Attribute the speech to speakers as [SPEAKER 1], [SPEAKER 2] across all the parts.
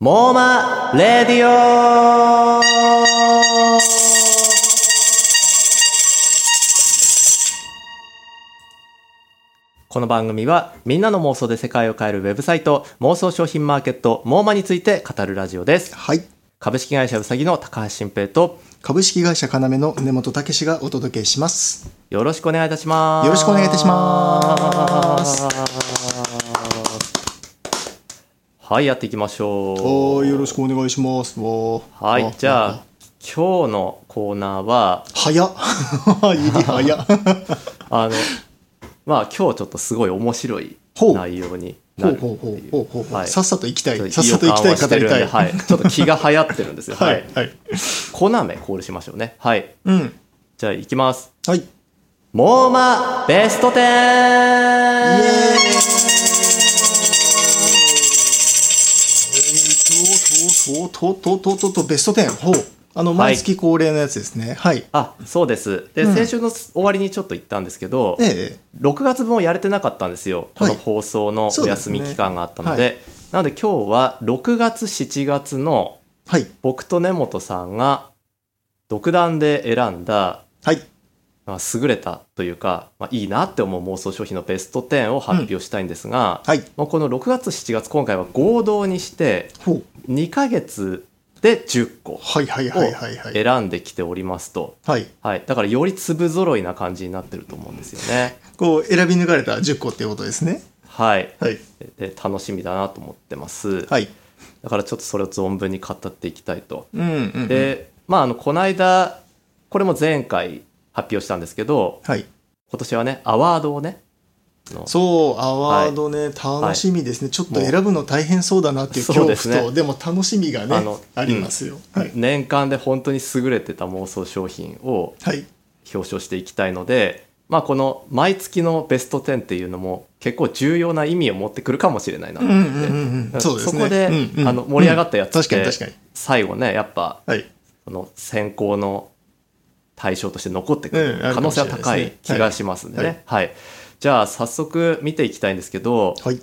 [SPEAKER 1] モーマレディオこの番組はみんなの妄想で世界を変えるウェブサイト妄想商品マーケットモーマについて語るラジオです
[SPEAKER 2] はい。
[SPEAKER 1] 株式会社うさぎの高橋新平と
[SPEAKER 2] 株式会社かなめの根本武史がお届けします。
[SPEAKER 1] よろしくお願いいたします
[SPEAKER 2] よろしくお願いいたします
[SPEAKER 1] はいやっていきましょう
[SPEAKER 2] はい、よろしくお願いします。は
[SPEAKER 1] はい、じゃあ。今日のコーナーは
[SPEAKER 2] 早っ。入り早っ。
[SPEAKER 1] あの まあ今日ちょっとすごい面白い
[SPEAKER 2] ほう
[SPEAKER 1] 内容に
[SPEAKER 2] ほ
[SPEAKER 1] な
[SPEAKER 2] う
[SPEAKER 1] る
[SPEAKER 2] ほうほうほうほうほ
[SPEAKER 1] は
[SPEAKER 2] う。
[SPEAKER 1] い
[SPEAKER 2] さっさと行きた
[SPEAKER 1] ちょっ
[SPEAKER 2] い。
[SPEAKER 1] と
[SPEAKER 2] さっさと行きたい
[SPEAKER 1] 予感はして
[SPEAKER 2] 語
[SPEAKER 1] る
[SPEAKER 2] り
[SPEAKER 1] んで
[SPEAKER 2] たい。
[SPEAKER 1] はい、 ちょっと気が流行ってるんですよ
[SPEAKER 2] はい。はい。
[SPEAKER 1] コナメコールしましょうねはい
[SPEAKER 2] うん。
[SPEAKER 1] じゃあ行きます
[SPEAKER 2] はい。イ
[SPEAKER 1] モーマベスト 10!
[SPEAKER 2] ーイとうとうとうとうとうとうベスト10。ほう。あの、毎月恒例のやつですね。はい。
[SPEAKER 1] あそうですで、
[SPEAKER 2] うん
[SPEAKER 1] 先週の終わりにちょっと言ったんですけど
[SPEAKER 2] ええ。
[SPEAKER 1] 6月分をやれてなかったんですよこ
[SPEAKER 2] はい
[SPEAKER 1] の放送のお休み期間があったので,、
[SPEAKER 2] そ
[SPEAKER 1] な
[SPEAKER 2] う
[SPEAKER 1] ので今日は6月7月の
[SPEAKER 2] はい。
[SPEAKER 1] 僕と根本さんが独断で選んだ、
[SPEAKER 2] はい。
[SPEAKER 1] まあ、優れたというか、まあ、いいなって思う妄想商品のベスト10を発表したいんですが、
[SPEAKER 2] はい。
[SPEAKER 1] もうこの6月7月今回は合同にして
[SPEAKER 2] ほう。
[SPEAKER 1] 2ヶ月で10個
[SPEAKER 2] はいはいはいはいはい。
[SPEAKER 1] 選んできておりますと、
[SPEAKER 2] はい。
[SPEAKER 1] はい、だからより粒揃いな感じになってると思うんですよね。
[SPEAKER 2] こう、選び抜かれた10個っていうことですね。
[SPEAKER 1] はい、
[SPEAKER 2] はい。
[SPEAKER 1] で楽しみだなと思ってます、
[SPEAKER 2] はい。
[SPEAKER 1] だからちょっとそれを存分に語っていきたいと。
[SPEAKER 2] うんうんうん。
[SPEAKER 1] でまああのこの間これも前回発表したんですけど
[SPEAKER 2] はい。
[SPEAKER 1] 今年はねアワードをねの
[SPEAKER 2] そう、アワードね、楽しみですね。ちょっと選ぶの大変そうだなっていう
[SPEAKER 1] もう
[SPEAKER 2] 恐怖
[SPEAKER 1] そうです
[SPEAKER 2] と、
[SPEAKER 1] ね
[SPEAKER 2] でも楽しみがね
[SPEAKER 1] あの、
[SPEAKER 2] ありますよ。はい。
[SPEAKER 1] 年間で本当に優れてた妄想商品を
[SPEAKER 2] はい。
[SPEAKER 1] 表彰していきたいので、まあ、この毎月のベスト10っていうのも結構重要な意味を持ってくるかもしれないなと
[SPEAKER 2] うんう
[SPEAKER 1] 思っ
[SPEAKER 2] ん
[SPEAKER 1] て、
[SPEAKER 2] うんうん。そうですね。
[SPEAKER 1] こで、
[SPEAKER 2] うんうん
[SPEAKER 1] あの盛り上がったやつって、
[SPEAKER 2] うん確かに確か
[SPEAKER 1] 最後ねやっぱ
[SPEAKER 2] に。はい。
[SPEAKER 1] その選考の対象として残ってく
[SPEAKER 2] う
[SPEAKER 1] る
[SPEAKER 2] ん
[SPEAKER 1] 可能性は高
[SPEAKER 2] ある
[SPEAKER 1] い
[SPEAKER 2] かもし
[SPEAKER 1] 気
[SPEAKER 2] れない
[SPEAKER 1] が
[SPEAKER 2] です
[SPEAKER 1] しますんで
[SPEAKER 2] は
[SPEAKER 1] ね
[SPEAKER 2] い。
[SPEAKER 1] はい、じゃあ早速見ていきたいんですけど
[SPEAKER 2] はい。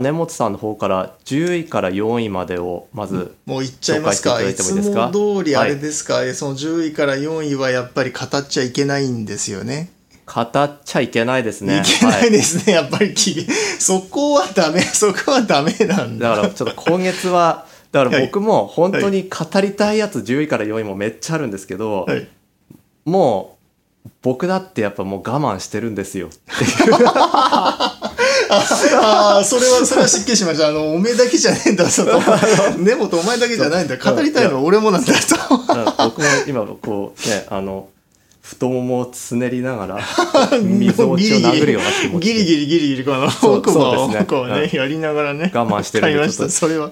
[SPEAKER 1] 根本さんの方から10位から4位までをまず、
[SPEAKER 2] もういっちゃいますか。
[SPEAKER 1] 紹介
[SPEAKER 2] い
[SPEAKER 1] してい
[SPEAKER 2] つ
[SPEAKER 1] ただいてもいいですか
[SPEAKER 2] も通りあれですか、その10位から4位はやっぱり語っちゃいけないんですよね。
[SPEAKER 1] 語っちゃいけないですね。
[SPEAKER 2] いけない
[SPEAKER 1] は
[SPEAKER 2] ですね。やっぱり き、そこはダメ、そこはダメなん
[SPEAKER 1] いだ
[SPEAKER 2] だ。
[SPEAKER 1] からちょっと今月はだから僕も本当に語りたいやつ10位から4位もめっちゃあるんですけど、
[SPEAKER 2] はい。
[SPEAKER 1] もう僕だってやっぱもう我慢してるんですよ。
[SPEAKER 2] ああ、それは、それは失敬しました。あの、おめえだけじゃねえんだ、その。 根本お前だけじゃないんだ。語りたいのは俺もなんだと。
[SPEAKER 1] だから僕も今こうねあの太ももをつねりな がら溝落ちを殴るような気持ち
[SPEAKER 2] ギリギリギリギリこの
[SPEAKER 1] そう
[SPEAKER 2] 奥歯を
[SPEAKER 1] そうですね
[SPEAKER 2] こうね、
[SPEAKER 1] はい
[SPEAKER 2] やりながらね
[SPEAKER 1] 我慢してるん
[SPEAKER 2] わ
[SPEAKER 1] で
[SPEAKER 2] かりまし
[SPEAKER 1] ちょったと
[SPEAKER 2] それは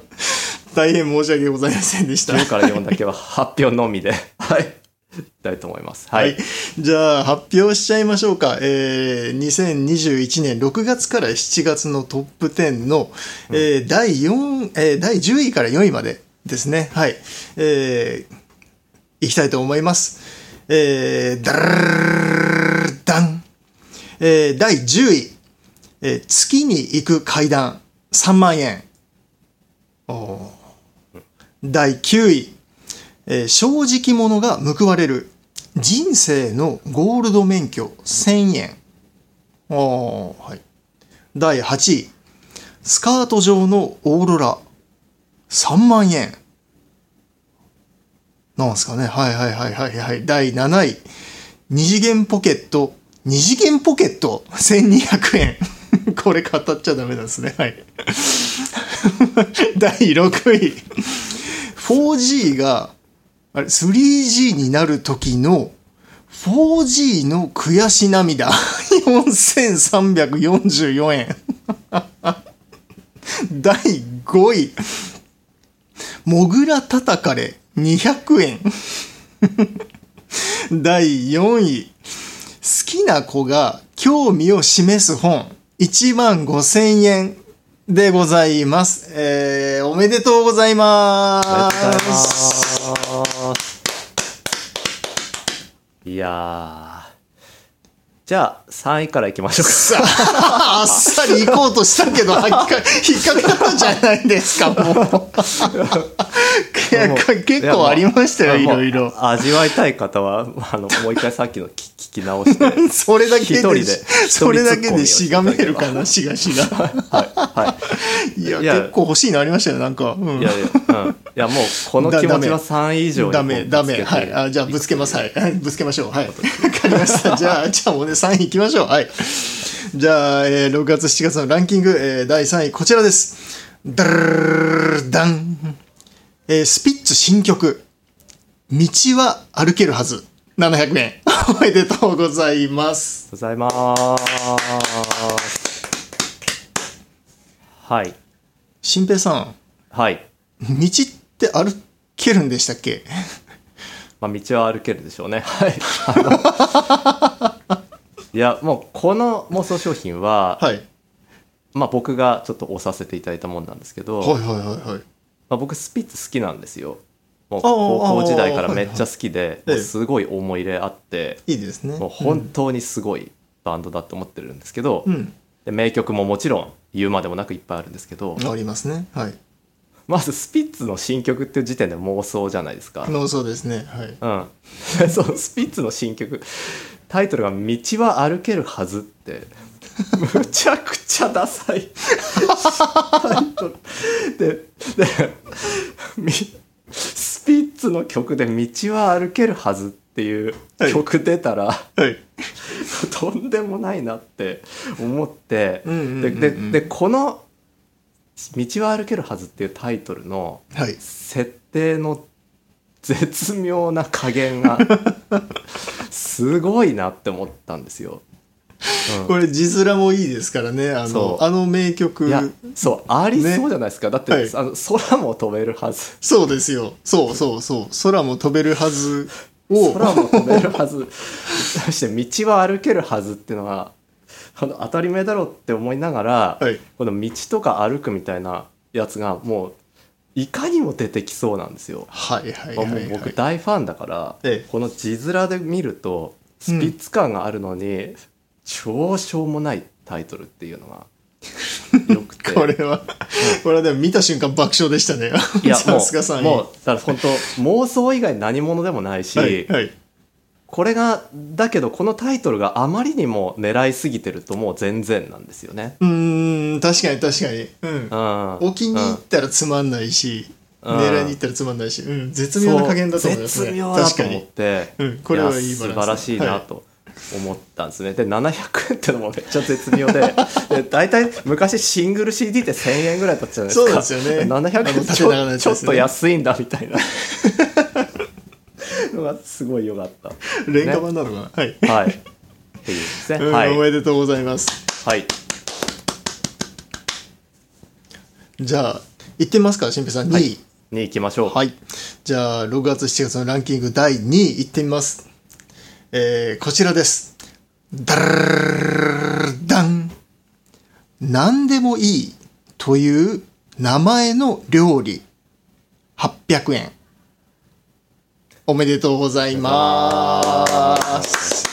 [SPEAKER 2] 大変申し訳ございませんでした
[SPEAKER 1] 10から4だけは発表のみではいいきたいと思いますは、
[SPEAKER 2] はいい、じゃあ発表しちゃいましょうか、えー、2021年6月から7月のトップ10の、えー第4えー第10位から4位までですねはいえー、いきたいと思いますえー、ダルダン、えー、第10位、えー月に行く階段3万円おー第9位えー正直者が報われる人生のゴールド免許1000円あーはい、第8位スカート状のオーロラ3万円なんすかねはいはいはいはいはい第7位二次元ポケット二次元ポケット1200円 これ語っちゃダメなんですねはい 第6位 4G があれ 3G になる時の 4G の悔し涙4344円 第5位もぐらたたかれ200円 第4位好きな子が興味を示す本1万5000円でございます。えー、おめでとうございま。
[SPEAKER 1] おめでとうございますすいやーじゃあ、3位からいきましょうか。
[SPEAKER 2] さあ、あっさり行こうとした けど、引っか引っかかったじゃないですか、もう。いや
[SPEAKER 1] もう
[SPEAKER 2] 結構ありましたよ、 い
[SPEAKER 1] やもう
[SPEAKER 2] ろいろ。
[SPEAKER 1] 味わいたい方は、あの、もう一回さっきの聞聞き 直して。
[SPEAKER 2] それだけ
[SPEAKER 1] 一人
[SPEAKER 2] で、
[SPEAKER 1] で
[SPEAKER 2] それだけでしがめるかな、しがしが。
[SPEAKER 1] はい。はい
[SPEAKER 2] や、
[SPEAKER 1] いや
[SPEAKER 2] 結構欲しいのありましたよ、なんか。うん
[SPEAKER 1] い。いやいや、うん。いや、もう、この気持ちは3位以上に
[SPEAKER 2] ダメ、ダメ。はい。あじゃあ、ぶつけます。はい。ぶつけましょう。はい。わかりました。じゃあ、じゃあもうね、3位いきましょう。はい。じゃあ、えー6月、7月のランキング、えー第3位、こちらです。ダルルルダン。えースピッツ新曲、道は歩けるはず。700円。おめでとうございます。
[SPEAKER 1] ございます。はい。
[SPEAKER 2] 新平さん、
[SPEAKER 1] はい。
[SPEAKER 2] 道って歩けるんでしたっけ
[SPEAKER 1] まあ、道は歩けるでしょうね。 はい。いや、もう、この妄想商品は、
[SPEAKER 2] はい。
[SPEAKER 1] まあ、僕がちょっと押させていただいたもんなんですけど、
[SPEAKER 2] はいはいはいはい。
[SPEAKER 1] まあ、僕、スピッツ好きなんですよ。もう、
[SPEAKER 2] ああ
[SPEAKER 1] 高校時代から
[SPEAKER 2] はいは
[SPEAKER 1] め
[SPEAKER 2] い
[SPEAKER 1] っちゃ好きで、
[SPEAKER 2] ええ
[SPEAKER 1] もうすごい思い入れあって、
[SPEAKER 2] いいですね。
[SPEAKER 1] もう本当にすごいバンドだと思ってるんですけど、
[SPEAKER 2] うん。
[SPEAKER 1] で名曲ももちろん言うまでもなくいっぱいあるんですけど、
[SPEAKER 2] ありますね。はい。
[SPEAKER 1] まずスピッツの新曲っていう時点で妄想じゃないですか。
[SPEAKER 2] のそうですね。はい。
[SPEAKER 1] うん、 そうスピッツの新曲タイトルが「道は歩けるはず」ってむちゃくちゃダサいタイトルででみスピッツの曲で「道は歩けるはず」っていう曲出たら、
[SPEAKER 2] はい。
[SPEAKER 1] とんでもないなって思って
[SPEAKER 2] うんうんうんう
[SPEAKER 1] で
[SPEAKER 2] ん
[SPEAKER 1] ででこの「道は歩けるはず」っていうタイトルの
[SPEAKER 2] はい。
[SPEAKER 1] 設定の絶妙な加減がすごいなって思ったんですよ。
[SPEAKER 2] これ字面もいいですからね。あの
[SPEAKER 1] そ、う
[SPEAKER 2] あの名曲
[SPEAKER 1] い。やそうありそうじゃないですか、だって、
[SPEAKER 2] はい
[SPEAKER 1] あの空も飛べるはず
[SPEAKER 2] そうですよ。そうそうそう。空も飛べるはずを。
[SPEAKER 1] 空も飛べるはずそして道は歩けるはずっていうのはあの当たり前だろうって思いながら、
[SPEAKER 2] はい
[SPEAKER 1] この道とか歩くみたいなやつがもういかにも出てきそうなんですよ。
[SPEAKER 2] はいはいはい、はい。
[SPEAKER 1] もう僕大ファンだから、
[SPEAKER 2] ええ
[SPEAKER 1] この字面で見るとスピッツ感があるのに、超しょうもないタイトルっていうのが よくて
[SPEAKER 2] これは、これはでも見た瞬間爆笑でしたね。
[SPEAKER 1] いや
[SPEAKER 2] さすがさんに。
[SPEAKER 1] もうもうだから本当妄想以外何者でもないし、
[SPEAKER 2] はい、はい。
[SPEAKER 1] これがだけどこのタイトルがあまりにも狙いすぎてるともう全然なんですよね。
[SPEAKER 2] うーん、確かに確かに。うん
[SPEAKER 1] う。ん、
[SPEAKER 2] 置きに
[SPEAKER 1] う
[SPEAKER 2] 行
[SPEAKER 1] ん
[SPEAKER 2] ったらつまんないし、
[SPEAKER 1] うん
[SPEAKER 2] 狙いに行ったらつまんないし、うん、絶妙な加減だと思いますね。
[SPEAKER 1] そう絶妙だ
[SPEAKER 2] 確
[SPEAKER 1] と
[SPEAKER 2] か
[SPEAKER 1] 思っ
[SPEAKER 2] に。
[SPEAKER 1] て、
[SPEAKER 2] うんこれはいい
[SPEAKER 1] や
[SPEAKER 2] バランス
[SPEAKER 1] 素晴らしいなと思ったんですね、で700円ってのもめっちゃ絶妙 でで大体昔シングル CD って1000円ぐらいだったじゃないですか
[SPEAKER 2] そうですよね
[SPEAKER 1] 700
[SPEAKER 2] あの
[SPEAKER 1] 円ち
[SPEAKER 2] 縦長の
[SPEAKER 1] ょ,、
[SPEAKER 2] やつ
[SPEAKER 1] ちょっ
[SPEAKER 2] ですね
[SPEAKER 1] と安いんだみたいな のがすごい良かった、
[SPEAKER 2] レンガ版なのかな、はい。
[SPEAKER 1] はいっていうですね、
[SPEAKER 2] うん
[SPEAKER 1] はい
[SPEAKER 2] おめでとうございます。
[SPEAKER 1] はい
[SPEAKER 2] じゃあ、行ってみますか、新平さん。2位。
[SPEAKER 1] はいに行きましょう、
[SPEAKER 2] はい。じゃあ、6月、7月のランキング第2位いってみます。えー、こちらです。ダルルダン。何でもいいという名前の料理。800円。おめでとうございます。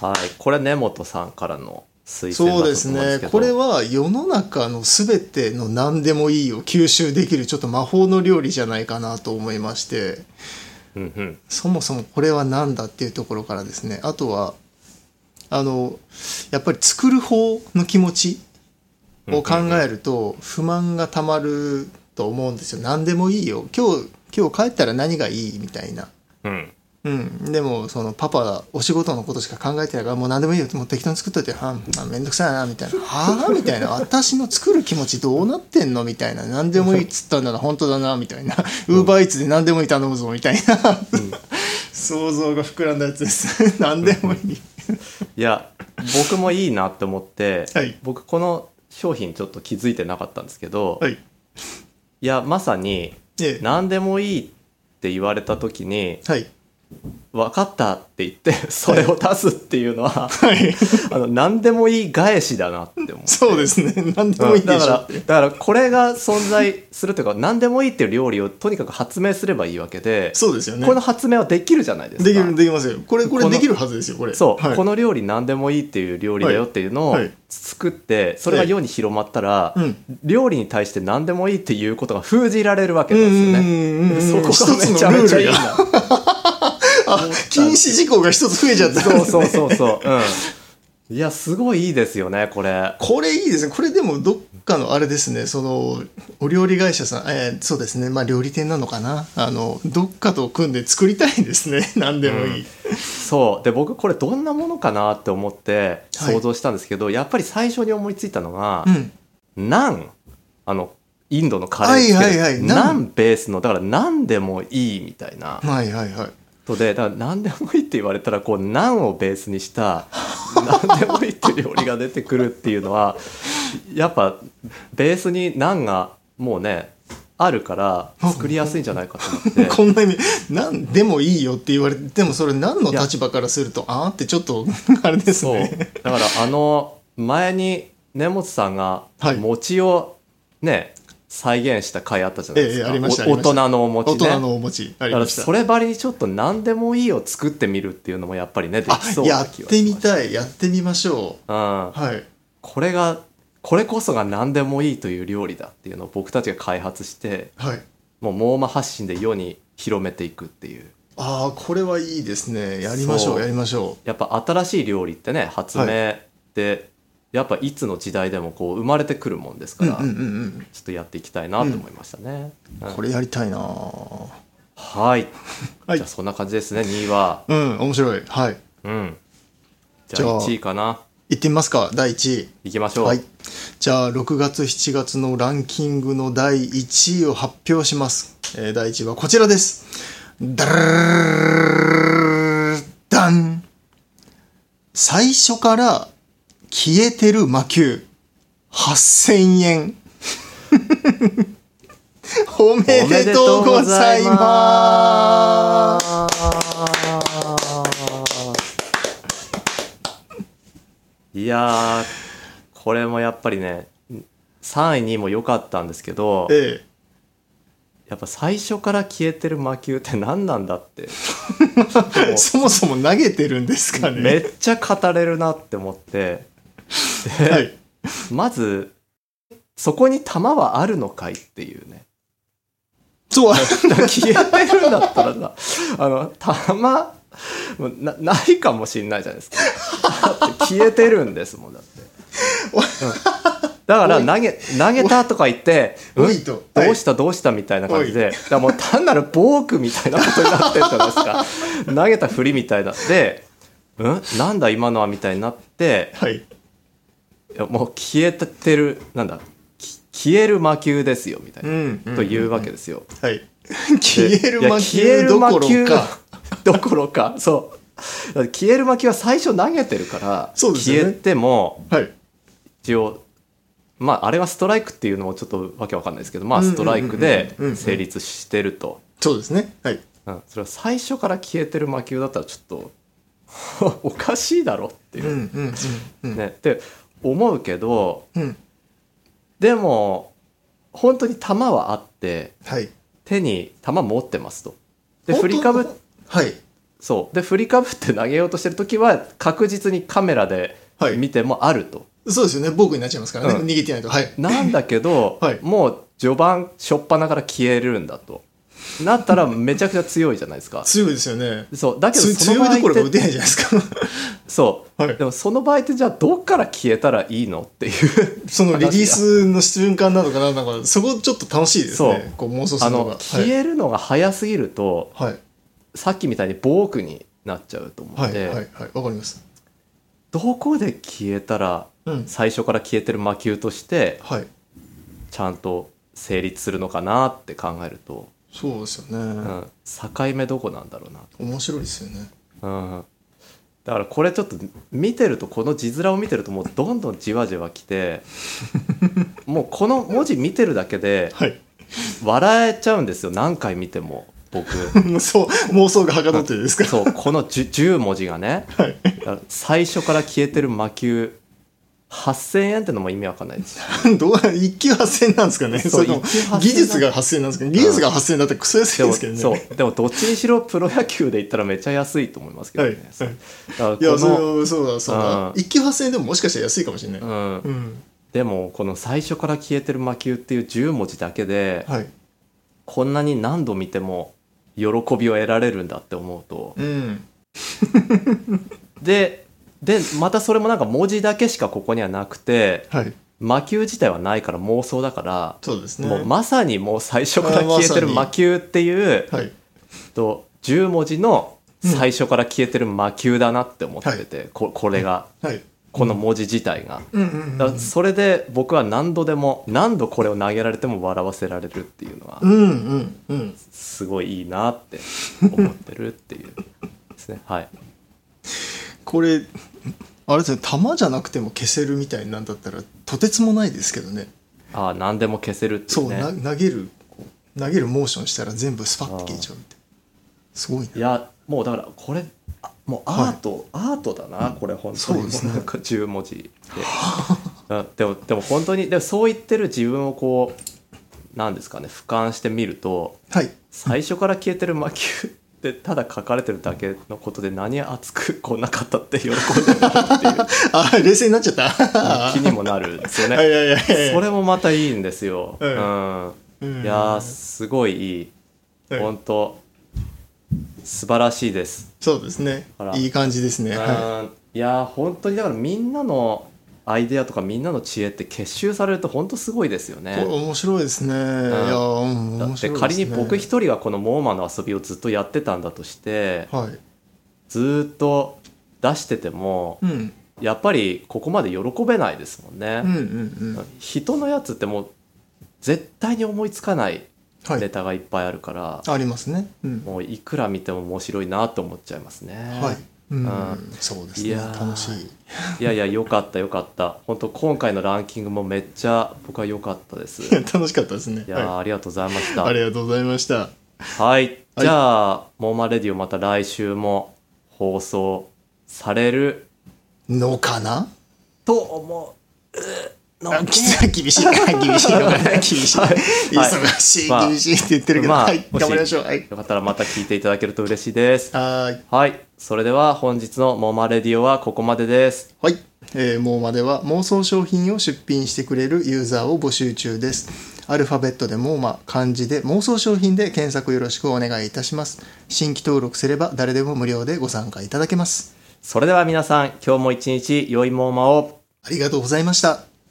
[SPEAKER 1] はいこれ根本さんからの推薦だ
[SPEAKER 2] そう
[SPEAKER 1] と
[SPEAKER 2] です
[SPEAKER 1] 思うんです
[SPEAKER 2] ね
[SPEAKER 1] けど。
[SPEAKER 2] これは世の中の全ての何でもいいを吸収できるちょっと魔法の料理じゃないかなと思いまして。
[SPEAKER 1] うんうん
[SPEAKER 2] そもそもこれは何だっていうところからですねあとはあのやっぱり作る方の気持ちを考えると不満がたまると思うんですよ何でもいいよ今日今日帰ったら何がいいみたいな
[SPEAKER 1] うん
[SPEAKER 2] うん、でもそのパパはお仕事のことしか考えてないからもう何でもいいよもう適当に作っといてはあ面倒くさいなみたいなはあみたいな私の作る気持ちどうなってんのみたいな何でもいいっつったんだな本当だなみたいなウーバーイーツで何でもいい頼むぞみたいな、想像が膨らんだやつです 何でもいい
[SPEAKER 1] いや僕もいいなって思って、
[SPEAKER 2] はい
[SPEAKER 1] 僕この商品ちょっと気づいてなかったんですけど、い、
[SPEAKER 2] はい
[SPEAKER 1] やまさに
[SPEAKER 2] ええ
[SPEAKER 1] 何でもいいって言われた時に
[SPEAKER 2] はい
[SPEAKER 1] 分かったって言ってそれを出すっていうのは、
[SPEAKER 2] はい。
[SPEAKER 1] あの何でもいい返しだなって思う
[SPEAKER 2] そうですね。何でもいいでしょ
[SPEAKER 1] だか
[SPEAKER 2] う。
[SPEAKER 1] らだからこれが存在するというか何でもいいっていう料理をとにかく発明すればいいわけで、
[SPEAKER 2] そうですよね。
[SPEAKER 1] この発明はできるじゃないですか
[SPEAKER 2] できる、できますよ。これ、こ
[SPEAKER 1] こ
[SPEAKER 2] れ
[SPEAKER 1] の
[SPEAKER 2] できるはずですよ、これ。
[SPEAKER 1] そう、
[SPEAKER 2] はい
[SPEAKER 1] この料理何でもいいっていう料理だよっていうのを
[SPEAKER 2] はいはい
[SPEAKER 1] 作ってそれが世に広まったら、
[SPEAKER 2] うん
[SPEAKER 1] 料理に対して何でもいいっていうことが封じられるわけ
[SPEAKER 2] う
[SPEAKER 1] なん
[SPEAKER 2] ん
[SPEAKER 1] です
[SPEAKER 2] う
[SPEAKER 1] よね。
[SPEAKER 2] んうんうん。
[SPEAKER 1] そこ
[SPEAKER 2] 一
[SPEAKER 1] が
[SPEAKER 2] つ
[SPEAKER 1] めちゃ
[SPEAKER 2] のル
[SPEAKER 1] めち
[SPEAKER 2] ー
[SPEAKER 1] ゃ
[SPEAKER 2] ル
[SPEAKER 1] いいな
[SPEAKER 2] が。。あ、禁止事項が一つ増えちゃった。
[SPEAKER 1] そうそうそうそう。うん。いや、すごいいいですよね、これ。
[SPEAKER 2] これいいですね。これでもどっかのあれですね、その、お料理会社さん、えーそうですね、まあ料理店なのかな。あの、どっかと組んで作りたいですね。 何でもいい。
[SPEAKER 1] そう。で、僕、これどんなものかなって思って
[SPEAKER 2] はい
[SPEAKER 1] 想像したんですけど、やっぱり最初に思いついたのが
[SPEAKER 2] う、ん。
[SPEAKER 1] ナン。あの、インドのカレーですけ
[SPEAKER 2] はい
[SPEAKER 1] ど
[SPEAKER 2] はいはいナン
[SPEAKER 1] ナンベースの、だから何でもいいみたいな。
[SPEAKER 2] はいはいはい。
[SPEAKER 1] とでだから何でもいいって言われたらこうナンをベースにした何でもいいっていう料理が出てくるっていうのはやっぱベースにナンがもうねあるから作りやすいんじゃないかと思って
[SPEAKER 2] こんな意味、なんでもいいよって言われて、でもそれ何の立場からすると、あーってちょっと、 あれです
[SPEAKER 1] そう
[SPEAKER 2] ね。
[SPEAKER 1] だからあの前に根本さんが
[SPEAKER 2] はい
[SPEAKER 1] 餅をね再現した回あったじゃないです
[SPEAKER 2] ええ
[SPEAKER 1] か
[SPEAKER 2] ありましたあ
[SPEAKER 1] お
[SPEAKER 2] り
[SPEAKER 1] 大
[SPEAKER 2] ました
[SPEAKER 1] 人のお
[SPEAKER 2] 大
[SPEAKER 1] 餅ね
[SPEAKER 2] 人のお餅あ
[SPEAKER 1] だ
[SPEAKER 2] り
[SPEAKER 1] から
[SPEAKER 2] ました
[SPEAKER 1] そ。ればりにちょっと何でもいいを作ってみるっていうのもやっぱりねで
[SPEAKER 2] あ
[SPEAKER 1] きそう
[SPEAKER 2] や
[SPEAKER 1] な
[SPEAKER 2] っ
[SPEAKER 1] 気はして
[SPEAKER 2] み
[SPEAKER 1] ました
[SPEAKER 2] いやってみましょ
[SPEAKER 1] た、うん
[SPEAKER 2] うはい
[SPEAKER 1] これがこれこそが何でもいいという料理だっていうのを僕たちが開発して
[SPEAKER 2] はい
[SPEAKER 1] もう猛魔発信で世に広めていくっていう
[SPEAKER 2] ああこれはいいですねやりましょ
[SPEAKER 1] そうう
[SPEAKER 2] やりましょ
[SPEAKER 1] やっぱ新しい料理ってね発明って、やっぱいつの時代でもこう生まれてくるもんです
[SPEAKER 2] う
[SPEAKER 1] か
[SPEAKER 2] うん
[SPEAKER 1] ら、
[SPEAKER 2] う
[SPEAKER 1] ちょ
[SPEAKER 2] んうん
[SPEAKER 1] っとやっていきたいなと思いましたね、
[SPEAKER 2] う
[SPEAKER 1] うん
[SPEAKER 2] んこれやりたいな
[SPEAKER 1] はい、
[SPEAKER 2] はい
[SPEAKER 1] じゃあそんな感じですね2位は
[SPEAKER 2] うん面白いはい
[SPEAKER 1] うんじゃ
[SPEAKER 2] じゃ
[SPEAKER 1] あ
[SPEAKER 2] あ
[SPEAKER 1] 1位かな
[SPEAKER 2] 行ってみますか第1位
[SPEAKER 1] いきましょう、
[SPEAKER 2] はいじゃあ6月7月のランキングの第1位を発表します、えー第1位はこちらですダラダン最初から消えてる魔球8000円おめでとうございます
[SPEAKER 1] いやーこれもやっぱりね3位にも良かったんですけど
[SPEAKER 2] え
[SPEAKER 1] やっぱ最初から消えてる魔球って何なんだって
[SPEAKER 2] え、そもそも投げてるんですか
[SPEAKER 1] め
[SPEAKER 2] ね
[SPEAKER 1] っちゃ語れるなって思って
[SPEAKER 2] はい、
[SPEAKER 1] まずそこに弾はあるのかいっていうね
[SPEAKER 2] そう
[SPEAKER 1] 消えてるんだったらさあの弾もうなないかもしんないじゃないですかだって消えてるんですもんだって、うんだから投げ投げたとか言って
[SPEAKER 2] お
[SPEAKER 1] うん
[SPEAKER 2] いと
[SPEAKER 1] どうしたどうしたみたいな感じで、だからもう単なるボークみたいなことになってるじゃないですか投げた振りみたいなで、うん、なんだ今のはみたいになって
[SPEAKER 2] はい
[SPEAKER 1] いやもう消えてるなんだき消える魔球ですよみたいな、
[SPEAKER 2] ん
[SPEAKER 1] というわけですよ。
[SPEAKER 2] はい。 消
[SPEAKER 1] で
[SPEAKER 2] える魔
[SPEAKER 1] いや消え
[SPEAKER 2] 球
[SPEAKER 1] る
[SPEAKER 2] どこ
[SPEAKER 1] 魔球
[SPEAKER 2] ろか。
[SPEAKER 1] どころかそうだって消える魔球は最初投げてるから、
[SPEAKER 2] そうですよね
[SPEAKER 1] 消えても
[SPEAKER 2] はい。
[SPEAKER 1] 一応まああれはストライクっていうのもちょっとわけわかんないですけどまあストライクで
[SPEAKER 2] うんうんうんうんうん
[SPEAKER 1] 成立してると。
[SPEAKER 2] そうですね。はい。
[SPEAKER 1] うん、それは最初から消えてる魔球だったらちょっと おかしいだろっていうう、
[SPEAKER 2] んうんうん
[SPEAKER 1] ねって思うけど
[SPEAKER 2] うん。うん。
[SPEAKER 1] でも本当に弾はあって
[SPEAKER 2] はい。
[SPEAKER 1] 手に弾持ってますと。で
[SPEAKER 2] 本当
[SPEAKER 1] 振りかぶ
[SPEAKER 2] はい。
[SPEAKER 1] そうで振りかぶって投げようとしてる時は確実にカメラで
[SPEAKER 2] はい
[SPEAKER 1] 見てもあると。
[SPEAKER 2] そうですよね。僕になっちゃいますからね。
[SPEAKER 1] うん
[SPEAKER 2] 逃げてないと。はい。
[SPEAKER 1] なんだけど、
[SPEAKER 2] はい
[SPEAKER 1] もう序盤初っ端から消えるんだと。なったらめちゃくちゃ強いじゃないですか。
[SPEAKER 2] 強いですよね。
[SPEAKER 1] そうだけど
[SPEAKER 2] つ
[SPEAKER 1] その
[SPEAKER 2] 強
[SPEAKER 1] 場
[SPEAKER 2] い
[SPEAKER 1] 合
[SPEAKER 2] どころか
[SPEAKER 1] って
[SPEAKER 2] 打てないじゃないですか。
[SPEAKER 1] そう、
[SPEAKER 2] はい
[SPEAKER 1] でもその場合ってじゃあどっから消えたらいいのっていう
[SPEAKER 2] そのリリースの瞬間なのかななんか、そこちょっと楽しいです
[SPEAKER 1] そ
[SPEAKER 2] ね
[SPEAKER 1] う。
[SPEAKER 2] こう妄想す
[SPEAKER 1] あ
[SPEAKER 2] るのが。
[SPEAKER 1] の消えるのが早すぎると、
[SPEAKER 2] はい。
[SPEAKER 1] さっきみたいにボークになっちゃうと思
[SPEAKER 2] は
[SPEAKER 1] っ
[SPEAKER 2] い。
[SPEAKER 1] て、
[SPEAKER 2] はい。はい。はいわかります。
[SPEAKER 1] どこで消えたら
[SPEAKER 2] うん。
[SPEAKER 1] 最初から消えてる魔球として
[SPEAKER 2] はい。
[SPEAKER 1] ちゃんと成立するのかなって考えると、
[SPEAKER 2] そうですよ
[SPEAKER 1] う
[SPEAKER 2] ね。
[SPEAKER 1] ん、境目どこなんだろうな
[SPEAKER 2] 面白いですよね。
[SPEAKER 1] うん、だからこれちょっと見てるとこの字面を見てるともうどんどんじわじわき てもうこの文字見てるだけで
[SPEAKER 2] はい。
[SPEAKER 1] 笑えちゃうんですよ何回見ても 僕
[SPEAKER 2] そう、妄想がはかどってるんですか。
[SPEAKER 1] そうこの 10, 10文字がね
[SPEAKER 2] はい。
[SPEAKER 1] だから最初から消えてる魔球8000円ってのも意味わかんないです
[SPEAKER 2] どう、一級発生なんですかね。
[SPEAKER 1] そ
[SPEAKER 2] そう
[SPEAKER 1] 一
[SPEAKER 2] の
[SPEAKER 1] 級発生
[SPEAKER 2] 技術が発生なんですかね。技術が発生だってクソ安い
[SPEAKER 1] で
[SPEAKER 2] で
[SPEAKER 1] も
[SPEAKER 2] すけどね。
[SPEAKER 1] そうでもどっちにしろプロ野球で言ったらめっちゃ安いと思いますけど
[SPEAKER 2] はい。
[SPEAKER 1] ね、
[SPEAKER 2] はい
[SPEAKER 1] だか
[SPEAKER 2] い
[SPEAKER 1] ら
[SPEAKER 2] や、
[SPEAKER 1] こ
[SPEAKER 2] そ
[SPEAKER 1] の
[SPEAKER 2] れそうだ、そうだ
[SPEAKER 1] うん。
[SPEAKER 2] 一級発生でももしかしたら安いかもしれない。
[SPEAKER 1] うん、
[SPEAKER 2] うん。
[SPEAKER 1] でもこの「最初から消えてる魔球」っていう10文字だけで、
[SPEAKER 2] はい。
[SPEAKER 1] こんなに何度見ても喜びを得られるんだって思うと
[SPEAKER 2] うん。
[SPEAKER 1] ででまたそれもなんか文字だけしかここにはなくて
[SPEAKER 2] はい。
[SPEAKER 1] 魔球自体はないから妄想だから、
[SPEAKER 2] そうですね。
[SPEAKER 1] もうまさにもう最初から
[SPEAKER 2] あーま
[SPEAKER 1] 消
[SPEAKER 2] さに
[SPEAKER 1] えてる魔球っていう、
[SPEAKER 2] はい。
[SPEAKER 1] と10文字の最初から消えてる魔球だなって思ってて、ここれが、
[SPEAKER 2] はい。
[SPEAKER 1] この文字自体が。
[SPEAKER 2] うんうん
[SPEAKER 1] だからそれで僕は何度でも何度これを投げられても笑わせられるっていうのは
[SPEAKER 2] うん。うんうんうん。
[SPEAKER 1] すごいいいなって思ってるっていうです ねはい
[SPEAKER 2] これ、あれですね、弾じゃなくても消せるみたいなんだったら、とてつもないですけどね。
[SPEAKER 1] ああ何でも消せるってい
[SPEAKER 2] そうう、
[SPEAKER 1] ね
[SPEAKER 2] な投げる、こう投げるモーションしたら全部スパッて消えちゃうみたいな。すごいね。
[SPEAKER 1] いやもうだからこれあもうアート、アートだなこれ本当
[SPEAKER 2] そう
[SPEAKER 1] に
[SPEAKER 2] です
[SPEAKER 1] も
[SPEAKER 2] ね
[SPEAKER 1] うなんか10文字で うんでもでも本当にでもそう言ってる自分をこうなんですかね俯瞰してみると
[SPEAKER 2] はい。
[SPEAKER 1] 最初から消えてる魔球ってただ書かれてるだけのことで何熱くこんなかったって喜んでるっていう
[SPEAKER 2] あ、冷静になっちゃった。
[SPEAKER 1] 気にもなるんですよね。
[SPEAKER 2] はいはいはいはい。
[SPEAKER 1] それもまたいいんですよ。
[SPEAKER 2] うん
[SPEAKER 1] うん
[SPEAKER 2] うん
[SPEAKER 1] いやーすごいいい。
[SPEAKER 2] はい
[SPEAKER 1] 本当素晴らしいです。
[SPEAKER 2] そうですね
[SPEAKER 1] あら。
[SPEAKER 2] いい感じですね。は
[SPEAKER 1] うんいやー本当にだからみんなのアイデアとかみんなの知恵って結集されると本当すごいですよ
[SPEAKER 2] い。
[SPEAKER 1] ね
[SPEAKER 2] これ。面白いですね。いやー、うん、
[SPEAKER 1] だっ
[SPEAKER 2] 面白いです
[SPEAKER 1] て
[SPEAKER 2] ね。
[SPEAKER 1] 仮に僕一人がこのモーマの遊びをずっとやってたんだとして、
[SPEAKER 2] はい。
[SPEAKER 1] ずーっと出してても
[SPEAKER 2] うん。うん
[SPEAKER 1] やっぱりここまで喜べないですもんね。
[SPEAKER 2] うんうん。は
[SPEAKER 1] 人のやつってもう絶対に思いつかないネ
[SPEAKER 2] い。
[SPEAKER 1] タがいっぱいあるから、
[SPEAKER 2] ありますね。うん。
[SPEAKER 1] もういくら見ても面白いなと思っちゃいますね。
[SPEAKER 2] はい。うん
[SPEAKER 1] あ。
[SPEAKER 2] そうです
[SPEAKER 1] い
[SPEAKER 2] ね。
[SPEAKER 1] やー
[SPEAKER 2] 楽しい。
[SPEAKER 1] い、やいやよかったよかった本当今回のランキングもめっちゃ僕は良かった です。い
[SPEAKER 2] 楽しかったですね。
[SPEAKER 1] やー、
[SPEAKER 2] は
[SPEAKER 1] ありがとうございまし
[SPEAKER 2] い。
[SPEAKER 1] た。
[SPEAKER 2] ありがとうございました。
[SPEAKER 1] はいじゃあ、モーマレディオまた来週も放送される
[SPEAKER 2] のかな
[SPEAKER 1] と思うの
[SPEAKER 2] あきつい厳しい。 厳しいのかな厳しい。忙しい、
[SPEAKER 1] まあ
[SPEAKER 2] 厳しいって言ってるけど。
[SPEAKER 1] まあ
[SPEAKER 2] はい。
[SPEAKER 1] もし
[SPEAKER 2] 頑張りましょう。はい。
[SPEAKER 1] よかったらまた聞いていただけると嬉しいです。
[SPEAKER 2] はーい。
[SPEAKER 1] はいそれでは本日のモーマレディオはここまでです。
[SPEAKER 2] はい、えー、モーマでは妄想商品を出品してくれるユーザーを募集中ですアルファベットでモーマ漢字で妄想商品で検索よろしくお願いいたします新規登録すれば誰でも無料でご参加いただけます
[SPEAKER 1] それでは皆さん、今日も一日良いモーマを。
[SPEAKER 2] ありがとうございました